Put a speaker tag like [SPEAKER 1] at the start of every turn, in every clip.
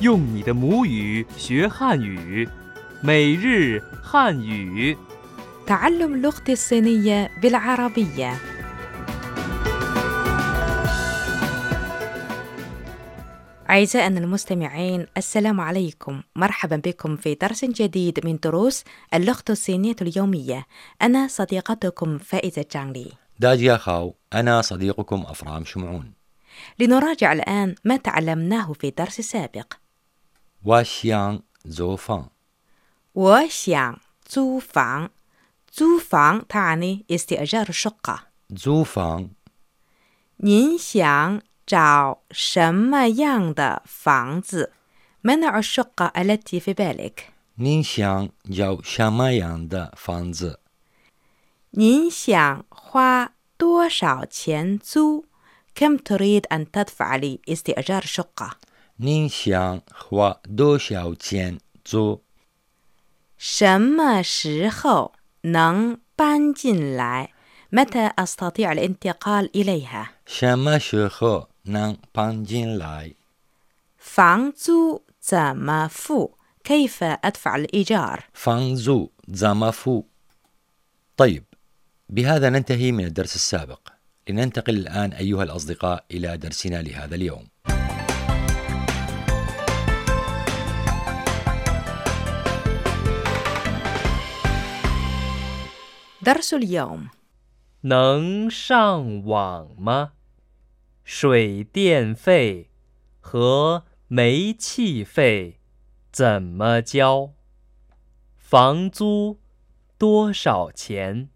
[SPEAKER 1] 用你的母语学汉语，每日汉语。
[SPEAKER 2] تعلم لغتي الصينية بالعربية أعزائنا المستمعين السلام عليكم مرحبا بكم في درس جديد من دروس اللغة الصينية اليومية أنا صديقتكم فائزة جانلي
[SPEAKER 3] داجيا خاو أنا صديقكم أفرام شمعون
[SPEAKER 2] لنراجع الآن ما تعلمناه في درس سابق
[SPEAKER 3] واشيان زوفان
[SPEAKER 2] 我想租房租房 تعني استئجار الشقة
[SPEAKER 3] زوفان
[SPEAKER 2] 您想找什么样的房子 منع الشقة التي في بالك
[SPEAKER 3] 您想 جاو شامايان دا فانز
[SPEAKER 2] 您想花多少钱租 كم تريد أن تدفع لاستئجار شقة
[SPEAKER 3] 您想 خوا دو شاو تيان زو
[SPEAKER 2] 什么时候能搬进来 متى أستطيع الانتقال إليها
[SPEAKER 3] شاما شخو نان بانجين لاي
[SPEAKER 2] 房租怎么付 كيف أدفع الإيجار
[SPEAKER 3] فانزو زامافو طيب بهذا ننتهي من الدرس السابق لننتقل الآن أيها الأصدقاء إلى درسنا لهذا اليوم
[SPEAKER 2] درس اليوم
[SPEAKER 1] 能上网吗？水电费和煤气费怎么交？房租多少钱？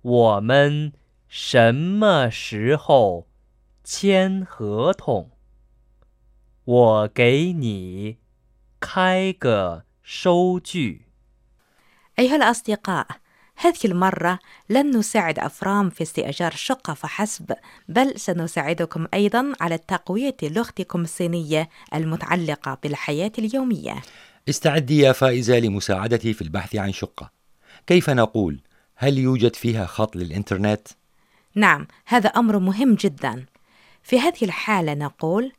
[SPEAKER 1] 我们什么时候签合同？我给你开个收据。
[SPEAKER 2] أيها الأصدقاء هذه المرة لن نساعد أفرام في استئجار شقة فحسب بل سنساعدكم أيضا على تقوية لغتكم الصينية المتعلقة بالحياة اليومية
[SPEAKER 3] استعدي يا فائزة لمساعدتي في البحث عن شقة كيف نقول هل يوجد فيها خط للإنترنت؟
[SPEAKER 2] نعم هذا أمر مهم جدا في هذه الحالة نقول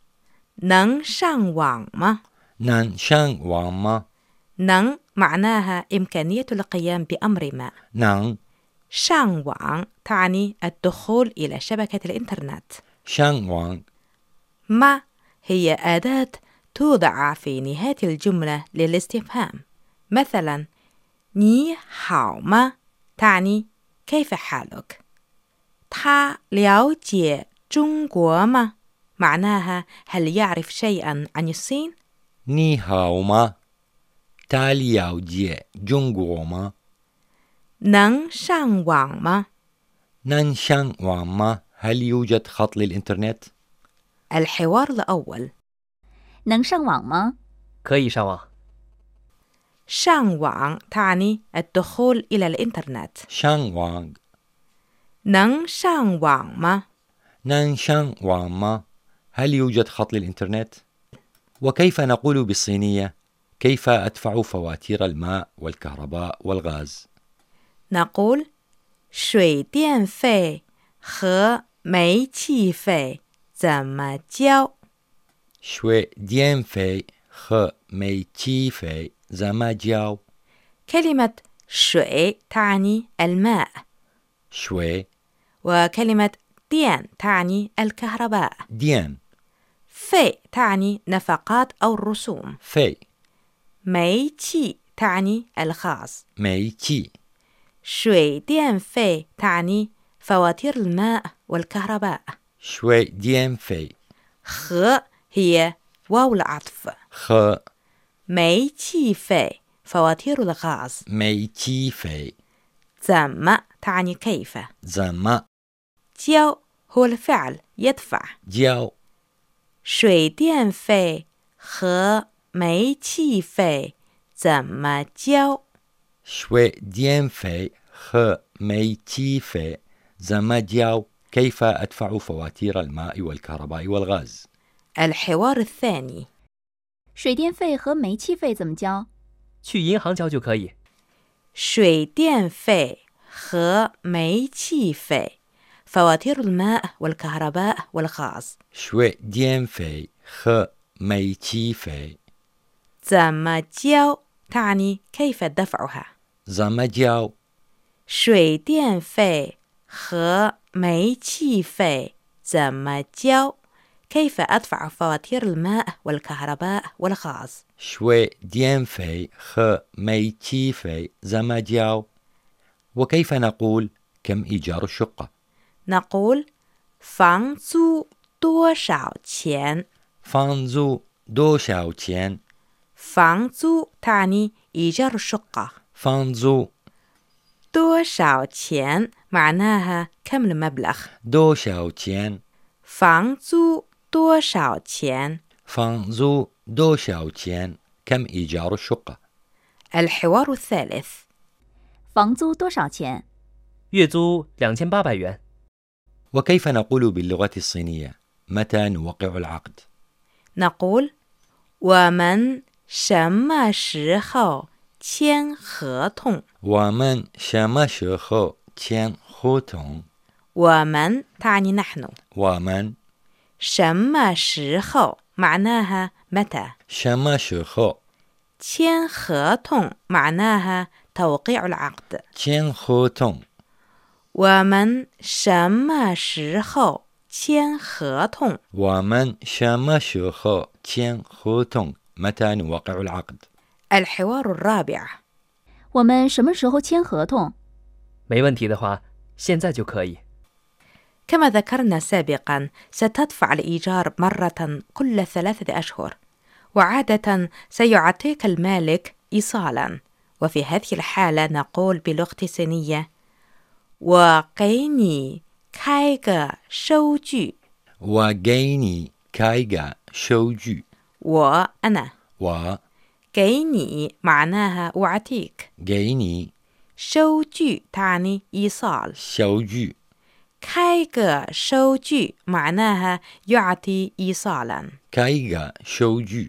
[SPEAKER 2] نن شان وان ما
[SPEAKER 3] نان شانغ واما
[SPEAKER 2] نن معناها إمكانية القيام بأمر ما
[SPEAKER 3] نان
[SPEAKER 2] شان وان تعني الدخول إلى شبكة الإنترنت
[SPEAKER 3] شانغ وان
[SPEAKER 2] ما هي أداة توضع في نهاية الجملة للاستفهام مثلا ني هاو ما تعني كيف حالك تا لياو جي جونغو ما معناها هل يعرف شيئا عن الصين؟
[SPEAKER 3] ني هاو ما تالي ياو جي جونغو ما
[SPEAKER 2] 能上网吗？
[SPEAKER 3] نان شانغ واما هل يوجد خط للإنترنت؟
[SPEAKER 2] الحوار الأول
[SPEAKER 4] 能上网吗？
[SPEAKER 1] 可以上网。
[SPEAKER 2] 上网 تعني الدخول إلى الإنترنت
[SPEAKER 3] شانغ وانغ
[SPEAKER 2] 能上网吗？
[SPEAKER 3] نان شانغ واما هل يوجد خط للإنترنت؟ وكيف نقول بالصينية كيف أدفع فواتير الماء والكهرباء والغاز؟
[SPEAKER 2] نقول 水电费和煤气费怎么交？
[SPEAKER 3] شوي ديان في خ مي تي في زما جاو
[SPEAKER 2] كلمة 水 تعني الماء
[SPEAKER 3] شوي
[SPEAKER 2] وكلمة 电 تعني الكهرباء
[SPEAKER 3] ديان
[SPEAKER 2] في تعني نفقات أو الرسوم
[SPEAKER 3] في
[SPEAKER 2] 煤气 تعني الغاز
[SPEAKER 3] مي تي
[SPEAKER 2] 水电费 تعني فواتير الماء والكهرباء
[SPEAKER 3] شوي ديان في
[SPEAKER 2] 和 هي واو العطف
[SPEAKER 3] خ
[SPEAKER 2] 煤气费 فواتير الغاز
[SPEAKER 3] مي تي في
[SPEAKER 2] 怎么 تعني كيف
[SPEAKER 3] زما
[SPEAKER 2] 交 هو الفعل يدفع
[SPEAKER 3] جاو
[SPEAKER 2] 水电费和煤气费怎么交
[SPEAKER 3] شوي ديان في خ مي تي في زما جاو كيف أدفع فواتير الماء والكهرباء والغاز؟
[SPEAKER 2] الحوار الثاني
[SPEAKER 4] 水电费和煤气费怎么交？
[SPEAKER 1] 去银行交就可以。
[SPEAKER 2] 水电费和煤气费 فواتير الماء والكهرباء والغاز
[SPEAKER 3] شوي ديان في خ مي تشي في
[SPEAKER 2] زاما جياو تعني كيف دفعها
[SPEAKER 3] زما جاو
[SPEAKER 2] 水电费和煤气费怎么交？كيف أدفع فواتير الماء والكهرباء والغاز؟
[SPEAKER 3] شوي ديان في خ مي تشي في زما جاو وكيف نقول كم إيجار الشقة
[SPEAKER 2] نقول 房租多少钱？
[SPEAKER 3] فانزو دو شاو تشين
[SPEAKER 2] 房租 تعني إيجار الشقة
[SPEAKER 3] فانزو
[SPEAKER 2] 多少钱 معناها كم المبلغ
[SPEAKER 3] دو شاو تشين
[SPEAKER 2] 房租多少钱
[SPEAKER 3] فانزو دو شاو تشين كم إيجار الشقة
[SPEAKER 2] الحوار الثالث
[SPEAKER 4] 房租多少钱？
[SPEAKER 1] 月租两千八百元。
[SPEAKER 3] وكيف نقول باللغة الصينية متى نوقع العقد
[SPEAKER 2] نقول 我们什么时候签合同？
[SPEAKER 3] ومن شما شخو تشين خوتون
[SPEAKER 2] 我们 تعني نحن
[SPEAKER 3] ومن
[SPEAKER 2] 什么时候 معناها متى
[SPEAKER 3] شما شخو
[SPEAKER 2] 签合同 معناها توقيع العقد
[SPEAKER 3] تشين خوتون
[SPEAKER 2] 我们什么时候签合同？
[SPEAKER 3] ومن شما شخو تشين خوتون متى نوقع العقد
[SPEAKER 2] الحوار الرابع
[SPEAKER 4] 我们什么时候签合同？
[SPEAKER 1] 没问题的话，现在就可以。
[SPEAKER 2] كما ذكرنا سابقا ستدفع الإيجار مرة كل ثلاثة أشهر وعادة سيعطيك المالك إيصالا وفي هذه الحالة نقول بلغة صينية وقيني كايغا شوجي
[SPEAKER 3] وجيني كايغا شوجو
[SPEAKER 2] وأنا
[SPEAKER 3] و
[SPEAKER 2] قيني معناها أعطيك
[SPEAKER 3] جيني
[SPEAKER 2] شوجي تعني إيصال
[SPEAKER 3] شوجو
[SPEAKER 2] كايغا شوجي معناها يعطي إيصالا
[SPEAKER 3] كايغا شوجو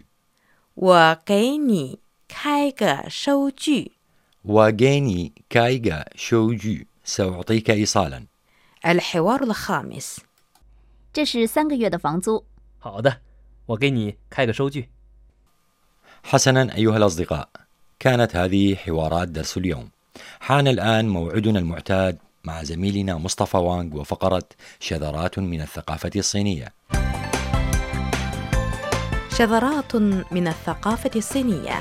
[SPEAKER 2] 我给你开个收据。
[SPEAKER 3] وجيني كايغا شوجو سأعطيك إيصالا
[SPEAKER 2] الحوار الخامس
[SPEAKER 4] 这是三个月的房租。
[SPEAKER 1] 好的，我给你开个收据。
[SPEAKER 3] حسنا أيها الأصدقاء كانت هذه حوارات درس اليوم حان الآن موعدنا المعتاد مع زميلنا مصطفى وانغ وفقرة شذرات من الثقافة الصينية
[SPEAKER 2] شذرات من الثقافة الصينية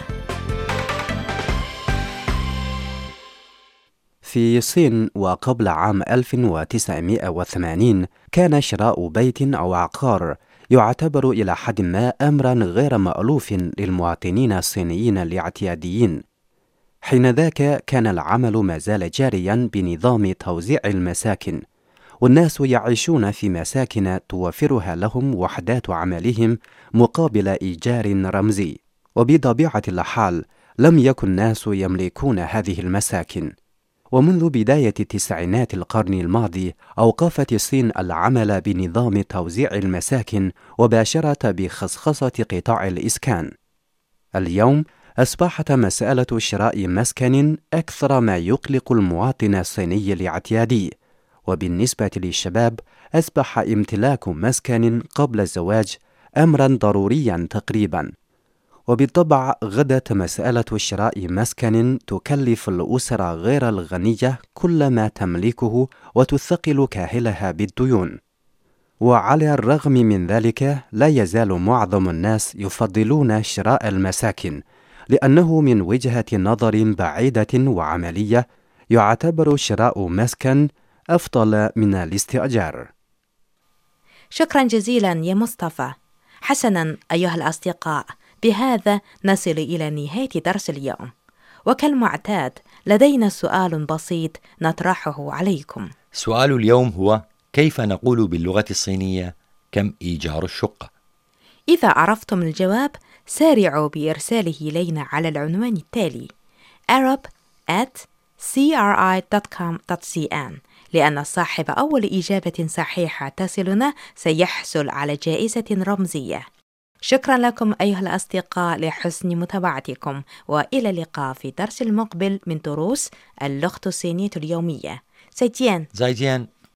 [SPEAKER 5] في الصين وقبل عام 1980 كان شراء بيت أو عقار يعتبر إلى حد ما أمرا غير مألوف للمواطنين الصينيين الاعتياديين حينذاك كان العمل ما زال جاريا بنظام توزيع المساكن والناس يعيشون في مساكن توفرها لهم وحدات عملهم مقابل إيجار رمزي وبطبيعة الحال لم يكن الناس يملكون هذه المساكن ومنذ بداية تسعينات القرن الماضي أوقفت الصين العمل بنظام توزيع المساكن وباشرت بخصخصة قطاع الإسكان. اليوم أصبحت مسألة شراء مسكن أكثر ما يقلق المواطن الصيني الاعتيادي، وبالنسبة للشباب أصبح امتلاك مسكن قبل الزواج أمرا ضروريا تقريبا. وبالطبع غدت مسألة شراء مسكن تكلف الأسر غير الغنية كل ما تملكه وتثقل كاهلها بالديون. وعلى الرغم من ذلك لا يزال معظم الناس يفضلون شراء المساكن لأنه من وجهة نظر بعيدة وعملية يعتبر شراء مسكن أفضل من الاستئجار.
[SPEAKER 2] شكرا جزيلا يا مصطفى حسنا أيها الأصدقاء بهذا نصل إلى نهاية درس اليوم وكالمعتاد لدينا سؤال بسيط نطرحه عليكم
[SPEAKER 3] سؤال اليوم هو كيف نقول باللغة الصينية كم إيجار الشقة؟
[SPEAKER 2] إذا عرفتم الجواب سارعوا بإرساله إلينا على العنوان التالي arab at cri.com.cn لأن صاحب أول إجابة صحيحة تصلنا سيحصل على جائزة رمزية شكرا لكم أيها الأصدقاء لحسن متابعتكم وإلى اللقاء في درس المقبل من دروس اللغة الصينية اليومية سيتيان
[SPEAKER 3] زايدين